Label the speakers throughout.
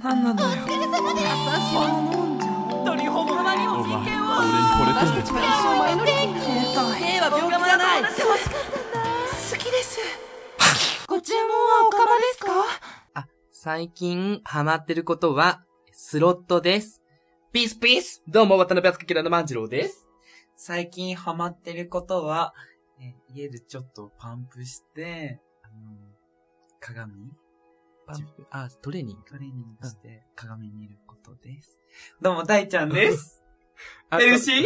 Speaker 1: 何なのよ
Speaker 2: お疲れ様です私は飲んじゃおう
Speaker 3: 鳥ほぼたまにも人権を
Speaker 4: 俺に惚れて
Speaker 2: 私たちは一生前乗りできない
Speaker 1: 兵は病気じゃない
Speaker 2: 楽しかったんだ
Speaker 1: 好きですご注文はおかまですか
Speaker 5: 最近、ハマってることは、スロットです。ピースピースどうも、渡辺敦明の万次郎です。最近ハマってることは、え家でちょっとパンプして、あの、鏡
Speaker 4: パンプあ、トレーニング。
Speaker 5: トレーニングして、鏡見ることです。どうも、大ちゃんです。
Speaker 4: あ
Speaker 5: MC?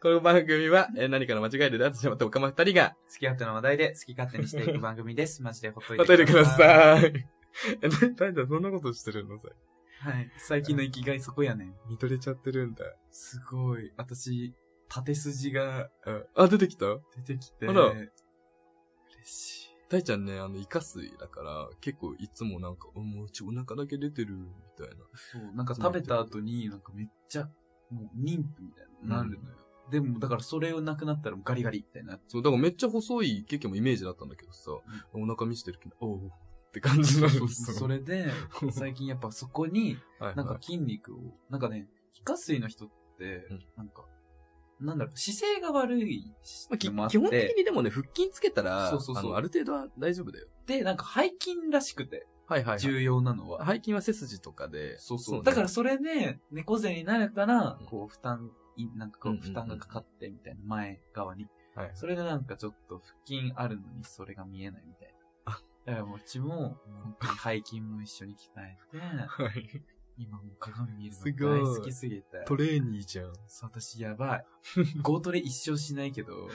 Speaker 4: この番組は、えー何かの間違いで出してしまったおかま二人が、
Speaker 5: 付き合っての話題で好き勝手にしていく番組 です。マジでほっとい
Speaker 4: お
Speaker 5: て
Speaker 4: 便りくだ
Speaker 5: い。
Speaker 4: さい。え、な大ちゃんそんなことしてるのさ。
Speaker 5: はい。最近の生きがいそこやねん。
Speaker 4: 見とれちゃってるんだ。
Speaker 5: すごい。私、縦筋が
Speaker 4: うんあ、出てきた
Speaker 5: 出てきて、
Speaker 4: あら
Speaker 5: 嬉しい。
Speaker 4: 大ちゃんね、あの、イカ水だから、結構いつもなんか、うんもううちお腹だけ出てる、みたいな。
Speaker 5: そう、なんか食べた後に、なんかめっちゃ、もう妊婦みたいになるのよ。でも、だからそれをなくなったらガリガリみたいになっちゃ
Speaker 4: そう、だからめっちゃ細いケーキもイメージだったんだけどさ、お腹見せてるけど、おうって感じにな
Speaker 5: う。
Speaker 4: る
Speaker 5: そうそうそれ で、最近やっぱそこに、
Speaker 4: はい
Speaker 5: なん
Speaker 4: は
Speaker 5: か
Speaker 4: い
Speaker 5: 筋肉を、なんかね、皮下水の人って
Speaker 4: うん、
Speaker 5: なんか、なんだろう、姿勢が悪い
Speaker 4: まあき
Speaker 5: のもあっ
Speaker 4: 基本的
Speaker 5: て、
Speaker 4: にでもね、腹筋つけたら、
Speaker 5: そうそうそう
Speaker 4: あのある程度は大丈夫だよ。
Speaker 5: で、なんか背筋らしくて、
Speaker 4: はいはい、
Speaker 5: 重要なのは。
Speaker 4: 背筋は背筋とかで。
Speaker 5: そうそう。
Speaker 4: ね
Speaker 5: だから、それで、猫背になるから
Speaker 4: うん、
Speaker 5: こう、負担、いなんかこ
Speaker 4: う
Speaker 5: うん
Speaker 4: うんうん
Speaker 5: 負担がかかって、みたいな、前側に。
Speaker 4: はい
Speaker 5: それでなんかちょっと腹筋あるのにそれが見えないみたいな
Speaker 4: あ。
Speaker 5: だからもううちも、本当に背筋も一緒に鍛えて、
Speaker 4: はい。
Speaker 5: 今もう鏡見るの
Speaker 4: すごい
Speaker 5: 大好きすぎて。
Speaker 4: トレーニーじゃん。
Speaker 5: そう、私やばい。 ゴートレ一生しないけ ど、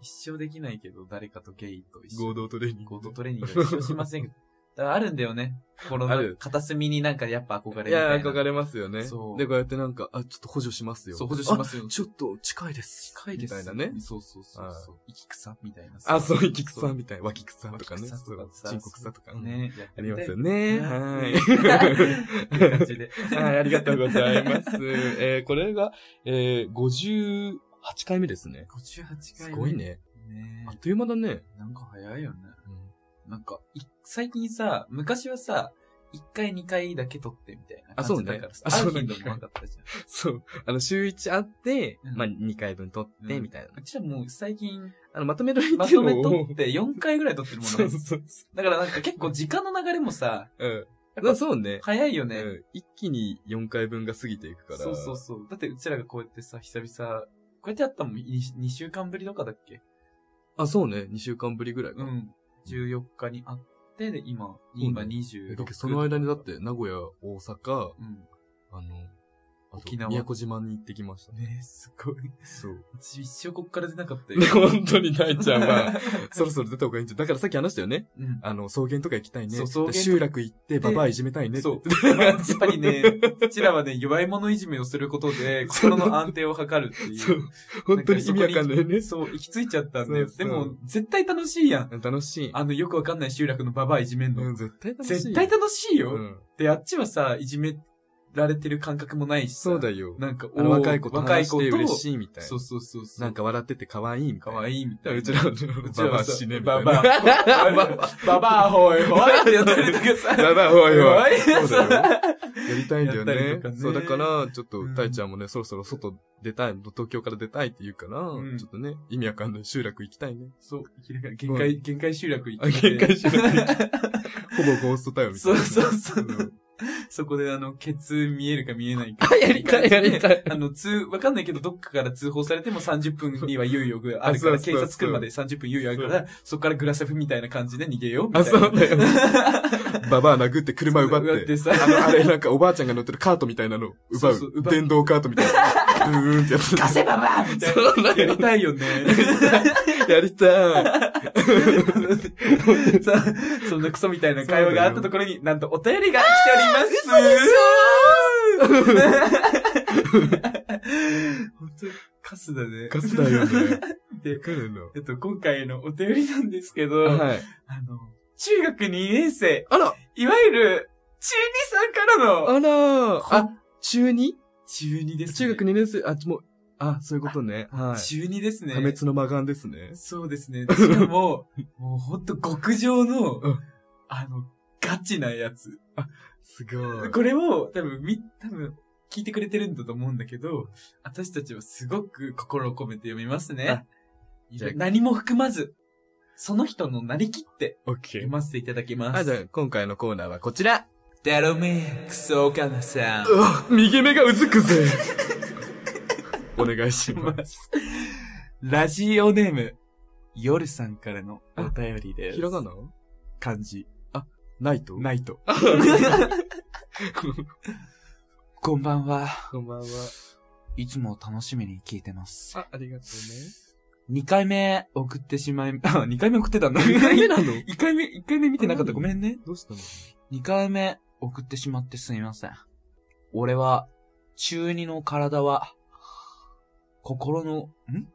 Speaker 5: 一生できないけど、誰かとゲイと一緒
Speaker 4: 合同トレーニング。
Speaker 5: ゴートトレーニングは一生しま せんけど。だからあるんだよね。心
Speaker 4: あ
Speaker 5: の
Speaker 4: る
Speaker 5: 片隅になんかやっぱ憧れみた
Speaker 4: い
Speaker 5: いな。
Speaker 4: や、憧れますよね。
Speaker 5: そう
Speaker 4: で、こうやってなんか、あ、ちょっと補助しますよ。
Speaker 5: そう、補助しますよ
Speaker 4: あ。ちょっと近いです。
Speaker 5: 近いです。
Speaker 4: みたいなね。
Speaker 5: そうそうそうそう。息草みたいなさ。
Speaker 4: あ、そう、息
Speaker 5: そ
Speaker 4: 草
Speaker 5: う
Speaker 4: みたい。脇草とかね。
Speaker 5: 脇草
Speaker 4: そ
Speaker 5: とか、
Speaker 4: う
Speaker 5: さ
Speaker 4: チンコ草とか。
Speaker 5: ね。やって
Speaker 4: あ
Speaker 5: み
Speaker 4: り
Speaker 5: たい
Speaker 4: ますよね。
Speaker 5: うん
Speaker 4: はい。
Speaker 5: って感じで
Speaker 4: はい、ありがとうござい ます。えー、これが、えー、58回目ですね。
Speaker 5: 58回目。
Speaker 4: すごい。ね。
Speaker 5: ね
Speaker 4: あっという間だね。
Speaker 5: なんか早いよね。なんか、い最近さ、昔はさ、1回2回だけ撮ってみたいな感じだからさ。
Speaker 4: あそうね
Speaker 5: 会う頻度もなかったじゃ
Speaker 4: そう。あの、週1あって、
Speaker 5: うん
Speaker 4: まあ、2回分撮って、
Speaker 5: うん
Speaker 4: みたいな。
Speaker 5: ん。うちはもう最近、
Speaker 4: あの、まとめる
Speaker 5: ま
Speaker 4: ってい
Speaker 5: と
Speaker 4: う
Speaker 5: め
Speaker 4: の
Speaker 5: 撮
Speaker 4: を
Speaker 5: っ。て4回ぐらい撮ってるもん
Speaker 4: そ
Speaker 5: ね
Speaker 4: う。そうそ
Speaker 5: だからなんか結構時間の流れもさ、
Speaker 4: う。うん。
Speaker 5: やっ
Speaker 4: ま
Speaker 5: ぱ
Speaker 4: あ、そうね。
Speaker 5: 早いよね。
Speaker 4: うん一気に4回分が過ぎていくから。
Speaker 5: そうそうそう。だってうちらがこうやってさ、久々、こうやってやったのも 2, 週間ぶりとかだっけ
Speaker 4: あ、そうね。2週間ぶりぐらいか。
Speaker 5: うん。14日に会って、で、今、
Speaker 4: ね
Speaker 5: 今
Speaker 4: え
Speaker 5: 26
Speaker 4: だってその間にだって、名古屋、大阪、
Speaker 5: うん。
Speaker 4: あの、あと
Speaker 5: 沖縄
Speaker 4: 宮古島に行ってきましたね。
Speaker 5: ねえ、すごい。
Speaker 4: そう。
Speaker 5: 私一生こっから出なかったよ
Speaker 4: で、。本当に大ちゃんは、そろそろ出た方がいいんじゃん。だからさっき話したよね。
Speaker 5: うん。
Speaker 4: あの、草原とか行きたいね。
Speaker 5: そう草原とか
Speaker 4: 集落行って、ババアいじめたいねって言
Speaker 5: そ
Speaker 4: って。
Speaker 5: う。やっぱりね、うちらはね、弱い者いじめをすることで、心の安定を図るって
Speaker 4: そ
Speaker 5: いうう。
Speaker 4: 本当に意味わかんないよね。
Speaker 5: そう、行き着いちゃったんだよ。
Speaker 4: そうそ
Speaker 5: で
Speaker 4: う
Speaker 5: も、絶対楽しいやん。
Speaker 4: 楽しい。
Speaker 5: あの、よくわかんない集落のババアいじめん
Speaker 4: う
Speaker 5: の
Speaker 4: ん、。絶対楽しい。
Speaker 5: 絶対楽しいよ。
Speaker 4: うん
Speaker 5: で、あっちはさ、いじめられてる感覚もないしさ。
Speaker 4: そうだよ。
Speaker 5: なんか、
Speaker 4: あの
Speaker 5: おー
Speaker 4: 若い子と話して嬉しいみたい
Speaker 5: そうそうそうそう。
Speaker 4: なんか笑ってて可愛いみた
Speaker 5: か
Speaker 4: いな。
Speaker 5: わいいみたいな。
Speaker 4: うちらの、
Speaker 5: うち
Speaker 4: バ
Speaker 5: ら
Speaker 4: バア
Speaker 5: はさ
Speaker 4: 死ねみた
Speaker 5: バ
Speaker 4: い
Speaker 5: バ
Speaker 4: な。
Speaker 5: ア。ババア、ほいほいってやったりとかさ。
Speaker 4: ババアおいおい。
Speaker 5: おい
Speaker 4: そうだよ。やりたいんだよ
Speaker 5: やった
Speaker 4: ね
Speaker 5: りとか。ね
Speaker 4: そう、だから、ちょっと
Speaker 5: う、ん
Speaker 4: たいちゃんもね、そろそろ外出たい、東京から出たいって言うから、
Speaker 5: ん
Speaker 4: ちょっとね、意味わかんない集落行きたいね。
Speaker 5: そう、限界、限界集落行
Speaker 4: あ、
Speaker 5: ってて。
Speaker 4: 限界集落行きたい。ほぼゴーストだよ、みたいな。
Speaker 5: そうそうそうんそこであの、ケツ見えるか見えないか。
Speaker 4: あやりたいやりたい
Speaker 5: あの、通、わかんないけど、どっかから通報されても30分には猶予があるか
Speaker 4: あ
Speaker 5: ら、
Speaker 4: そ
Speaker 5: 警
Speaker 4: うそうそう
Speaker 5: 察来るまで30分猶予あるから、そこからグラセフみたいな感じで逃げようみたいな。
Speaker 4: あ、そうだよ。ババア殴って車奪
Speaker 5: 奪
Speaker 4: っ
Speaker 5: って て。さ
Speaker 4: あの、あれ、なんかおばあちゃんが乗ってるカートみたいなの奪
Speaker 5: そ
Speaker 4: う。
Speaker 5: うそう奪う
Speaker 4: 電動カートみたいな。ブーンってやつ。
Speaker 5: ガセババーみたい
Speaker 4: そう
Speaker 5: な。
Speaker 4: だ
Speaker 5: や
Speaker 4: よ
Speaker 5: り。たい よね。
Speaker 4: やりたい。
Speaker 5: さそんなクソみたいな会話があったところに、なんとお便りが来ております。 本当カスだね。
Speaker 4: ガスだよね。
Speaker 5: で
Speaker 4: 彼の。
Speaker 5: えっと、今回のお便りなんですけど、
Speaker 4: はい。
Speaker 5: あの、中学2年生、
Speaker 4: あら
Speaker 5: いわゆる、中2さんからの、
Speaker 4: あらーあ、中 2?
Speaker 5: 中2ですね。
Speaker 4: 中学2年生、あ、もう、あ、そういうことね。はい。
Speaker 5: 中2ですね。
Speaker 4: 破滅の魔眼ですね。
Speaker 5: そうですね。しか も、もうほんと極上の
Speaker 4: うん、
Speaker 5: あの、ガチなやつ。
Speaker 6: すご
Speaker 5: これを多分み、多分聞いてくれてるんだと思うんだけど、私たちはすごく心を込めて読みますね
Speaker 4: あ。
Speaker 5: い
Speaker 4: じゃあ
Speaker 5: ろ何も含まず、その人のなりきって
Speaker 4: オッケ
Speaker 5: 読。ませていただきます。
Speaker 4: あ、じゃあ、今回のコーナーはこちら。
Speaker 5: ダロメクソカナさん。
Speaker 4: 右目がうずくぜ。お願いします。
Speaker 5: ラジオネーム、夜さんからのお便り です。
Speaker 4: ひらがな
Speaker 5: 漢字、
Speaker 4: ないと
Speaker 5: ナイト。 こんばんは。
Speaker 4: こんばんは。
Speaker 5: いつも楽しみに聞いてます。
Speaker 4: あ、ありがと
Speaker 5: 2回目送ってしまい、あ、2回目送ってたんだ。
Speaker 4: うね。
Speaker 5: 2
Speaker 4: 2回目なの
Speaker 5: 一回目、一回目見てなかっ
Speaker 4: あ
Speaker 5: た。
Speaker 4: 何
Speaker 5: ごめんね。
Speaker 4: どうしたの
Speaker 5: 二回目送ってしまってすみません。俺は、中二の体は、心の、ん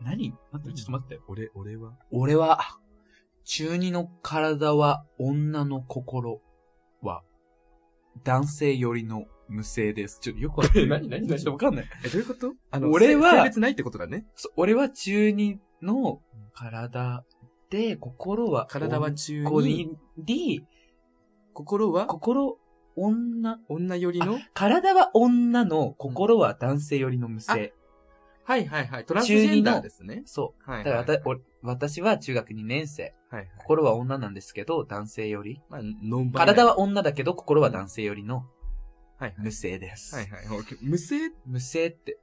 Speaker 5: 何
Speaker 4: 待って、ちょっと待って。俺、俺は
Speaker 5: 俺は、中二の体は女の心は、男性よりの無性です。ちょっとよくわかんない。
Speaker 4: 何何何
Speaker 5: ちょっとわかんない。
Speaker 4: え、どういうこと
Speaker 5: あ
Speaker 4: あ
Speaker 5: の
Speaker 4: の、
Speaker 5: 俺は
Speaker 4: 性別ないってことだね。
Speaker 5: そう俺は中二の体で、心は、
Speaker 4: 体は中
Speaker 5: こ
Speaker 4: に、
Speaker 5: に、り、
Speaker 4: 心は
Speaker 5: 心、女、
Speaker 4: 女寄りの
Speaker 5: 体は女の、心は男性よりの無性。
Speaker 4: はいはいはい。トランスジェンダーですね。
Speaker 5: そう。
Speaker 4: は
Speaker 5: だ
Speaker 4: い
Speaker 5: か
Speaker 4: は
Speaker 5: ら
Speaker 4: いは
Speaker 5: わ
Speaker 4: い。
Speaker 5: た、お私は中学2年生。
Speaker 4: はいはい。
Speaker 5: 心は女なんですけど、男性より。
Speaker 4: まあ、ノンバイナリー
Speaker 5: 体は女だけど、心は男性よりの
Speaker 4: はいはい。
Speaker 5: 無性です。
Speaker 4: はいはい。無性、
Speaker 5: 無性って、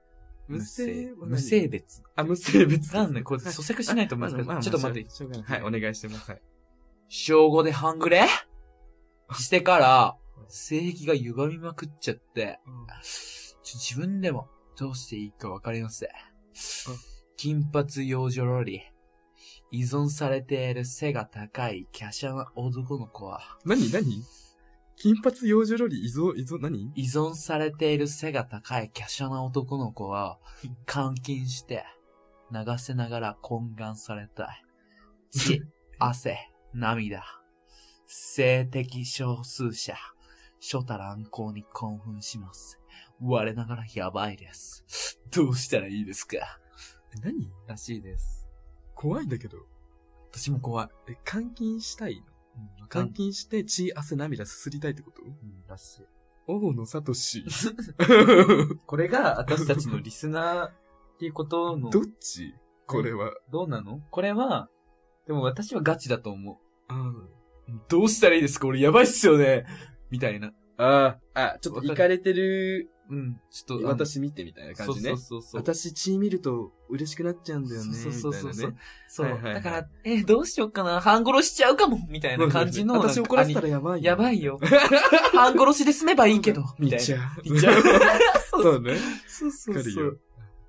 Speaker 4: 無性は何
Speaker 5: 無性別。
Speaker 4: あ、無性別。
Speaker 5: なんで、これ、
Speaker 4: はい
Speaker 5: 咀嚼しないと思いますけ
Speaker 4: まあま
Speaker 5: ど、
Speaker 4: あ
Speaker 5: ちょっと待って。
Speaker 4: しょうがないはい、お願いしてください。
Speaker 5: 小5で半グレしてから、性癖が歪みまくっちゃって、ちょ自分でもどうしていいかわかりません。金髪幼女ロリ。依存されている背が高い華奢な男の子は、
Speaker 4: 何何金髪幼女ロリ依存、依存、何
Speaker 5: 依存されている背が高い華奢な男の子は、監禁して、流せながら懇願されたい。 血、汗、涙。性的少数者。初太乱行に興奮します。我ながらやばいです。どうしたらいいですか
Speaker 4: 何
Speaker 5: らしいです。
Speaker 4: 怖いんだけど。
Speaker 5: 私も怖い。
Speaker 4: え、監禁したいの
Speaker 5: うん、
Speaker 4: 監禁して血、汗、涙すすりたいってこと
Speaker 5: うんらしい。
Speaker 4: 大野聡。
Speaker 5: これが私たちのリスナーっていうことの、
Speaker 4: どっちこれは。
Speaker 5: どうなのこれは、でも私はガチだと思う。
Speaker 4: あ
Speaker 5: どうしたらいいですか俺やばいっすよねみたいな。
Speaker 4: あ、あ、ちょっと、いかれてる、
Speaker 5: うん。ちょっと、あの
Speaker 4: 私見てみたいな感
Speaker 5: そ
Speaker 4: じね。
Speaker 5: うそうそうそう。
Speaker 4: 私血見ると嬉しくなっちゃうんだよね。
Speaker 5: そうそうそうそう
Speaker 4: み
Speaker 5: そう、
Speaker 4: はいはいはい
Speaker 5: だから、えーどうしようかな。半殺しちゃうかもみた
Speaker 4: た
Speaker 5: い
Speaker 4: い
Speaker 5: な
Speaker 4: なね
Speaker 5: 感じの。
Speaker 4: 私怒らせた
Speaker 5: ら。
Speaker 4: らやばいよ。
Speaker 5: やばいよ。半殺しで済めばいいけど。み
Speaker 4: 見
Speaker 5: たい
Speaker 4: ち
Speaker 5: な。
Speaker 4: ゃう。
Speaker 5: 見ちゃうそう
Speaker 4: そうね。
Speaker 5: そうそ
Speaker 4: わ
Speaker 5: う
Speaker 4: かる
Speaker 5: そ
Speaker 4: よ
Speaker 5: う。。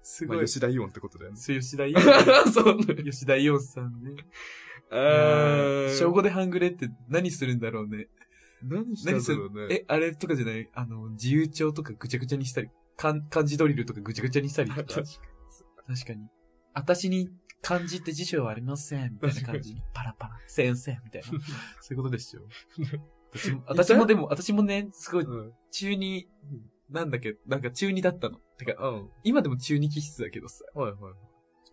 Speaker 5: す
Speaker 4: まあ、
Speaker 5: ごい。
Speaker 4: 吉田イオンってことだよね。
Speaker 5: そう吉田伊代
Speaker 4: そうね。
Speaker 5: 吉田伊代さんね。
Speaker 4: あ
Speaker 5: 小5で半グレって何するんだろうね。
Speaker 4: 何したんだろうね。
Speaker 5: え、あれとかじゃないあの、自由帳とかぐちゃぐちゃにしたり、かん漢字ドリルとかぐちゃぐちゃにしたりとか。確
Speaker 4: 確
Speaker 5: かに。私に漢字って辞書はありません、みたいな感じ。パラパラ、先生、みた いな。そういうことですよ。私も、私もでも、私もね、すごい
Speaker 4: うん。
Speaker 5: 中二、なんだけど、なんか中二だったの。てか、
Speaker 4: うん。
Speaker 5: 今でも中二気質だけどさ、
Speaker 4: はいはい。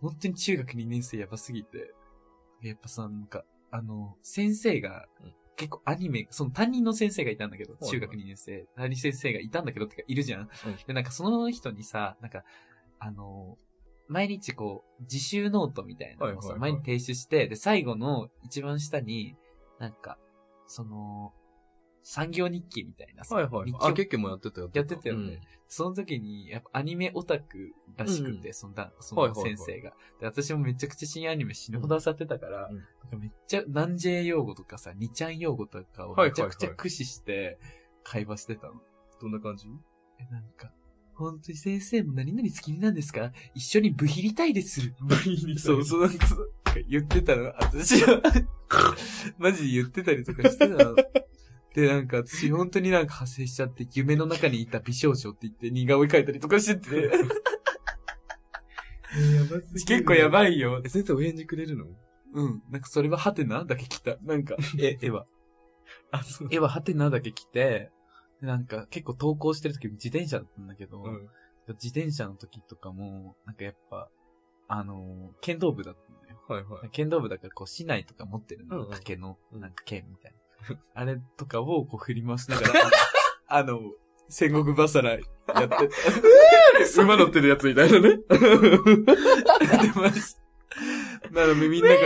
Speaker 5: 本当に中学2年生やばすぎて、やっぱさ、なんか、あの、先生が
Speaker 4: うん、
Speaker 5: 結構アニメ、その担任の先生がいたんだけど、
Speaker 4: はい
Speaker 5: 中学2年生、担任先生がいたんだけどってか、いるじゃん。で、なんかその人にさ、なんか、あの、毎日こう、自習ノートみたいなのをさ、
Speaker 4: はいは
Speaker 5: 前
Speaker 4: いはい
Speaker 5: に提出して、で、最後の一番下に、なんか、その、産業日記みたいなさ、
Speaker 4: はいはい
Speaker 5: 日。記を
Speaker 4: あ、結局もやってたよ。
Speaker 5: やってたよね。その時に、やっぱアニメオタクらしくて、そんな、そ
Speaker 4: はい
Speaker 5: の
Speaker 4: はいはい
Speaker 5: 先生が。で、私もめちゃくちゃ新アニメ死ぬほど漁ってたから、
Speaker 4: うんうん
Speaker 5: なんかめっちゃ、南 J 用語とかさ、ニちゃん用語とかを
Speaker 4: はいはいはい
Speaker 5: めちゃくちゃ駆使して、会話してたの。
Speaker 4: どんな感じ
Speaker 5: え、なんか、本当に先生も何々好きなんですか一緒に部ヒりたいです。部ヒりそうそう、なんか言ってたの。私は、 マジで言ってたりとかしてたの。で、なんか私本当になんか派生しちゃって、夢の中にいた美少女って言って似顔絵描いたりとかしてて、結構や
Speaker 4: い。
Speaker 5: ばいよ。
Speaker 4: え、先生お返事くれるの
Speaker 5: うん。なんかそれはハテナだけ来た。なんか、 え、絵は。
Speaker 4: あ、そう。
Speaker 5: 絵はハテナだけ来て、でなんか結構投稿してる時自転車だったんだけど、
Speaker 4: うん。
Speaker 5: 自転車の時とかも、なんかやっぱ、あのー剣道部だったんだよ。
Speaker 4: はいはい。
Speaker 5: 剣道部だからこう、市内とか持ってるの、
Speaker 4: うんうん
Speaker 5: 竹の、
Speaker 4: うん
Speaker 5: なんか剣みたいな。
Speaker 7: あれとかをこう振り回しながら、 あの、戦国バサラやって、 馬乗ってるやつみたいなね。出ました。なのでみんながね、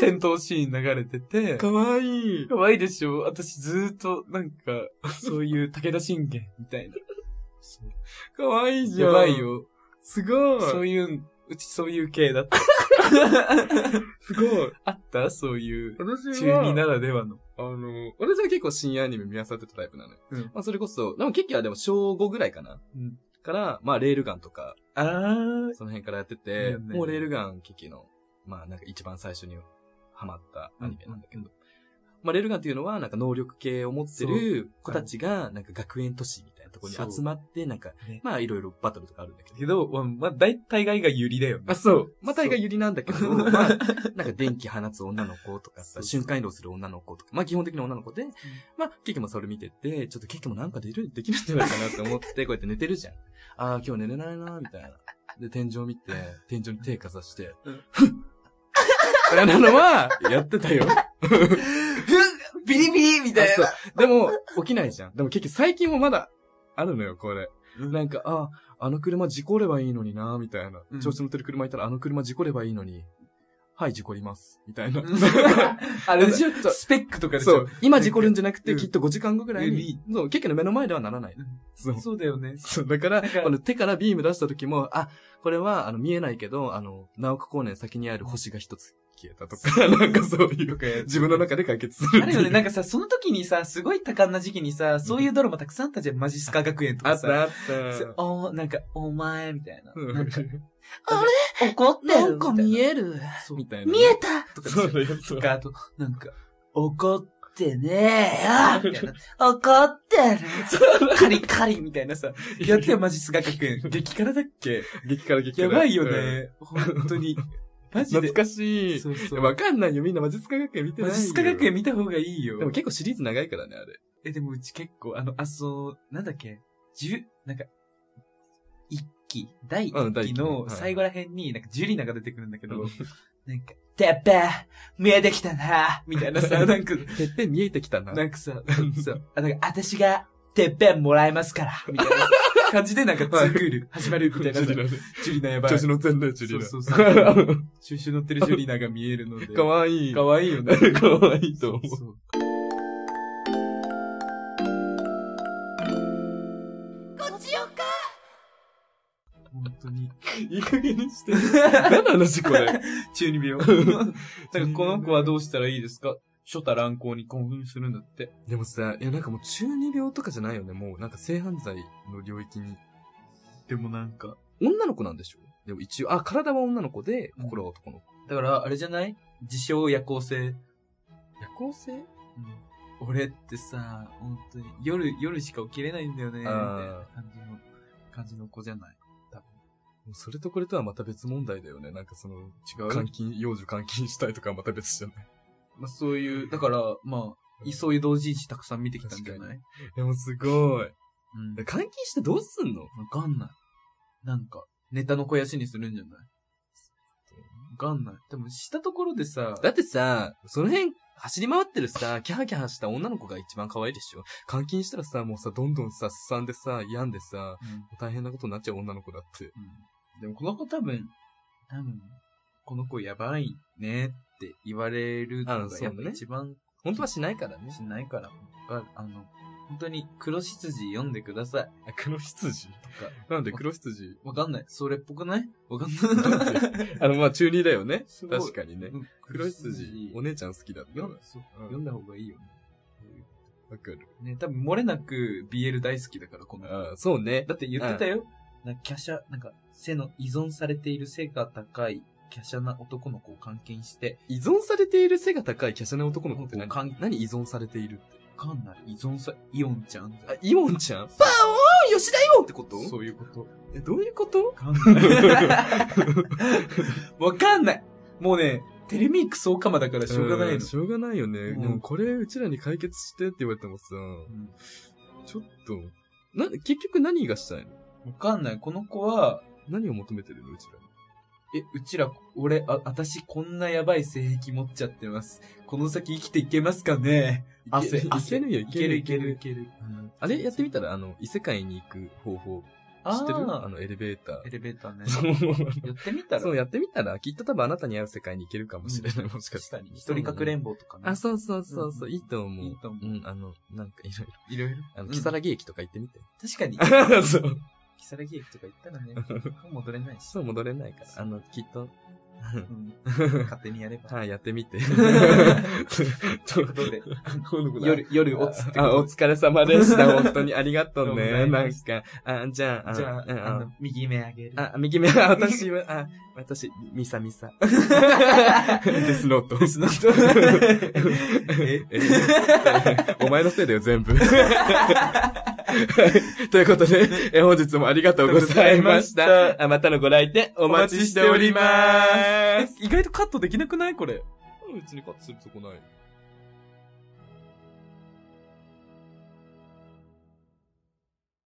Speaker 7: 戦闘シーン流れてて、
Speaker 4: かわいい。
Speaker 7: 可愛いでしょ私ずーっと、なんか、そういう武田信玄みたいな。
Speaker 4: かわいいじゃん。
Speaker 7: やばい。よ。
Speaker 4: すごい。
Speaker 7: そういう、うちそういう系だ った。
Speaker 4: すごい。
Speaker 7: あったそういう、
Speaker 4: 私
Speaker 7: 中二な
Speaker 4: は、
Speaker 7: らではの。
Speaker 4: あの、私は結構深夜アニメ見漁ってたタイプなのよ。
Speaker 7: うん
Speaker 4: まあそれこそ、でも結局はでも小5ぐらいかな。
Speaker 7: うん
Speaker 4: から、まあレールガンとか、
Speaker 7: あー。
Speaker 4: その辺からやってて、
Speaker 7: うん
Speaker 4: もうレールガンキキの、まあなんか一番最初にハマったアニメなんだけ
Speaker 7: う
Speaker 4: ど、
Speaker 7: ん
Speaker 4: まあレールガンっていうのはなんか能力系を持ってる子たちが、なんか学園都市みたいなところに集まって、なんか、
Speaker 7: ね
Speaker 4: まあいろいろバトルとかあるんだけど、
Speaker 7: けど、まあ、まあ、大体外がユリだよね。
Speaker 4: まあそう。まあ、大概ユリなんだけど、まあ、なんか電気放つ女の子とかさ、瞬間移動する女の子とか、まあ基本的に女の子で、まあ、ケイキもそれ見てて、ちょっとケイキもなんかでる、できるんじゃないかなって思って、こうやって寝てるじゃん。ああ、今日寝れないな、みたいな。で、天井見て、天井に手かざして、ふっみたいなのは、やってたよ。
Speaker 5: ビリビリみたいな。
Speaker 4: でも、起きないじゃん。でも結局最近もまだ、あるのよ、これ。なんか、あ、あの車事故ればいいのにな、みたいな
Speaker 7: うん。
Speaker 4: 調子乗ってる車いたら、あの車事故ればいいのに、はい、事故ります。みたいな。
Speaker 7: あれでしょ
Speaker 4: そう
Speaker 7: スペックとかでし
Speaker 4: そ
Speaker 7: ょ
Speaker 4: う。今事故るんじゃなくて、
Speaker 7: うん
Speaker 4: きっと5時間後ぐらいに、そう、結局の目の前ではならない。
Speaker 7: そ
Speaker 4: そうう
Speaker 7: そうだよね。
Speaker 4: そう、だから、
Speaker 7: なんか
Speaker 4: この手からビーム出した時も、あ、これは、あの、見えないけど、あの、直岡光年先にある星が一つ消えたとか、なんかそういう、自分の中で解決する
Speaker 5: あ
Speaker 4: って
Speaker 5: れ
Speaker 4: いう
Speaker 5: よね、なんかさ、その時にさ、すごい多感な時期にさ、そういうドラマたくさんあったじゃん。マジスカ学園と
Speaker 4: あ
Speaker 5: か
Speaker 4: っ
Speaker 5: さ。
Speaker 4: たあっ
Speaker 5: せ
Speaker 4: た。
Speaker 5: おなんか、お前、みたいな。
Speaker 4: うん
Speaker 5: なん か、怒ってる
Speaker 3: なんか見
Speaker 5: え
Speaker 3: える。
Speaker 4: みたいな。
Speaker 3: 見えた
Speaker 4: とかそうだよ、そう
Speaker 5: とか、あと、なんか、怒ってねえよみたいな。怒ってるカリカリみたいなさ。やってよ、マジスガ学園。激辛だっけ
Speaker 4: 激辛激
Speaker 5: や
Speaker 4: 辛。
Speaker 5: ばいよ。ね。本当に。マジで
Speaker 4: 懐。かしい。
Speaker 5: そうそう。
Speaker 4: わかんないよ、みんな魔術科学園見てな
Speaker 5: マ
Speaker 4: いよ。
Speaker 5: ジスカ学園見た方がいいよ
Speaker 4: で。も結構シリーズ長いからね、あれ。
Speaker 5: え、でもうち結構、あの、あ、そう、なんだっけ、十、なんか、一期、第
Speaker 4: うん
Speaker 5: 一
Speaker 4: 第
Speaker 5: 期
Speaker 4: 一期ねは
Speaker 5: の
Speaker 4: い
Speaker 5: 最後ら辺に、なんかジュリナが出てくるんだけど、
Speaker 4: うん
Speaker 5: なんか、てっぺん見えてきたなみたいな さ、なんか、
Speaker 4: てっぺん見えてきたな。
Speaker 5: なんかさ、そう、あ、なんか、私が、てっぺんもらえますから、みたいな 感じで、なんか、ツークール、始まるみたいなさ。ジュリナやばい。
Speaker 4: 調子乗ってんだよ、ジュリーナ。
Speaker 5: そうそうそう。中止乗ってるジュリナが見えるので。
Speaker 4: かわいい。
Speaker 5: かわいいよね。
Speaker 4: かわいいと思う。
Speaker 5: そう
Speaker 3: ごちよか
Speaker 5: 本当に。
Speaker 4: いい加減にして。何の話これ。
Speaker 5: 中二病。なんかこの子はどうしたらいいですか初太乱行に興奮するんだって。
Speaker 4: でもさ、いやなんかもう中二病とかじゃないよね。もうなんか性犯罪の領域に。
Speaker 5: でもなんか。
Speaker 4: 女の子なんでしょでも一応、あ、体は女の子で、
Speaker 5: うん
Speaker 4: 心は男の子。
Speaker 5: だから、あれじゃない自称夜行性。
Speaker 4: 夜行性
Speaker 5: 俺ってさ、本当に、夜、夜しか起きれないんだよね、みたい
Speaker 4: あー
Speaker 5: な感じの、感じの子じゃない多
Speaker 4: それとこれとはまた別問題だよね。なんかその、
Speaker 5: 分。違う
Speaker 4: 監禁、幼女監禁したいとかはまた別じゃない。
Speaker 5: まあそういう、だから、まあ、そういう同人誌たくさん見てきたんじゃない
Speaker 4: でもすごい。
Speaker 5: うん。
Speaker 4: 監禁してどうすんの
Speaker 5: わかんない。なんか、ネタの肥やしにするんじゃないわかんない。でも、したところでさ、
Speaker 4: だってさ、その辺、走り回ってるさ、キャーキャーした女の子が一番可愛いでしょ監禁したらさ、もうさ、どんどんさ、すさんでさ、病んでさ、
Speaker 5: うん
Speaker 4: 大変なことになっちゃう女の子だって。
Speaker 5: うんでもこの子多分、多分、この子やばいねって言われる
Speaker 4: あ
Speaker 5: の
Speaker 4: の
Speaker 5: が
Speaker 4: そう
Speaker 5: や
Speaker 4: ね
Speaker 5: っぱ一番
Speaker 4: 本当はしないからね。
Speaker 5: しないから、ああの、本当に黒羊読んでください
Speaker 4: あ黒羊
Speaker 5: とか、
Speaker 4: なんで黒羊
Speaker 5: わかんない。それっぽくないわかん
Speaker 4: だ
Speaker 5: ない。
Speaker 4: ってあの、まあ、中二だよね
Speaker 5: す。ごい
Speaker 4: 確かにね。
Speaker 5: うん
Speaker 4: 黒羊、お姉ちゃん好きだったわ。
Speaker 5: 読
Speaker 4: わ
Speaker 5: んそう
Speaker 4: うん
Speaker 5: 読んだ方がいいよね。
Speaker 4: かる。
Speaker 5: ね、多分漏れなく BL 大好きだから、この子。
Speaker 4: ああ、そうね。
Speaker 5: だって言ってたよ。なんか、華奢、なんか、背の依存されている背が高い、華奢な男の子を監禁して、
Speaker 4: 依存されている背が高い華奢な男の子って何
Speaker 5: 関
Speaker 4: 何依存されているって。
Speaker 5: わかんない。依存さ、イオンちゃんじゃん
Speaker 4: あ、イオンちゃんパオーン吉田イオンってこと
Speaker 5: そういうこと。
Speaker 4: え、どういうこと
Speaker 5: わかんない。わかんない。もうね、テレミックスオカマだからしょうがない
Speaker 4: ん
Speaker 5: の。
Speaker 4: しょうがないよね。
Speaker 5: うん
Speaker 4: でもこれ、うちらに解決してって言われてもさ、
Speaker 5: うん
Speaker 4: ちょっと、な、結局何がしたいの
Speaker 5: わかんない。この子は、
Speaker 4: 何を求めてるのうちらに。
Speaker 5: え、うちら、俺、あ、私こんなやばい性癖持っちゃってます。この先生きていけますかね
Speaker 4: い
Speaker 5: 汗
Speaker 4: け、
Speaker 5: 汗。
Speaker 4: いけるよい
Speaker 5: い
Speaker 4: け
Speaker 5: け
Speaker 4: る
Speaker 5: るいけるいける。
Speaker 4: うんあれやってみたら、あの、異世界に行く方法。
Speaker 5: あー
Speaker 4: 知ってるあの、エレベータ
Speaker 5: エレベーターね。
Speaker 4: ー。
Speaker 5: やってみたら。
Speaker 4: そう、やってみたら、きっと多分あなたに合う世界に行けるかもしれない、もしか
Speaker 5: 確
Speaker 4: した。
Speaker 5: からに。一人かくれんぼとかね。
Speaker 4: あ、そうそうそうそう、
Speaker 5: うん
Speaker 4: いいと思う。、
Speaker 5: いいと思うん
Speaker 4: あの、なんかいろいろ。
Speaker 5: いろいろ。
Speaker 4: あの、
Speaker 5: うん
Speaker 4: 木更木駅とか行ってみて。
Speaker 5: 確 かに。
Speaker 4: そう。
Speaker 5: 木更木駅とか行ったら ね、もう戻れないし。
Speaker 4: そう、戻れないから。あの、きっと。
Speaker 5: うん。 勝手にやれば。
Speaker 4: はい、やってみ
Speaker 5: と
Speaker 4: て。
Speaker 5: いうこと で、
Speaker 4: 夜
Speaker 5: 夜、夜おつって
Speaker 4: あ、お疲れ様でした。 本当にありがとう
Speaker 5: ど
Speaker 4: ね。
Speaker 5: うも
Speaker 4: な
Speaker 5: あり
Speaker 4: ん
Speaker 5: が
Speaker 4: か、あ、じゃあ、
Speaker 5: じゃあ、
Speaker 4: うん
Speaker 5: あの、右目あげる。
Speaker 4: あ、右目、 あ私は、あ、私、ミサミ サ。デスノート。デスノ
Speaker 5: え
Speaker 4: ート。お前のせいだよ、 全部。ということで、え本日もありがとうございました。
Speaker 5: ありがとうございま
Speaker 4: あまたのご来店、お待ちしております。
Speaker 5: 意外とカットできなくないこれ。
Speaker 4: 別にカットするとこない。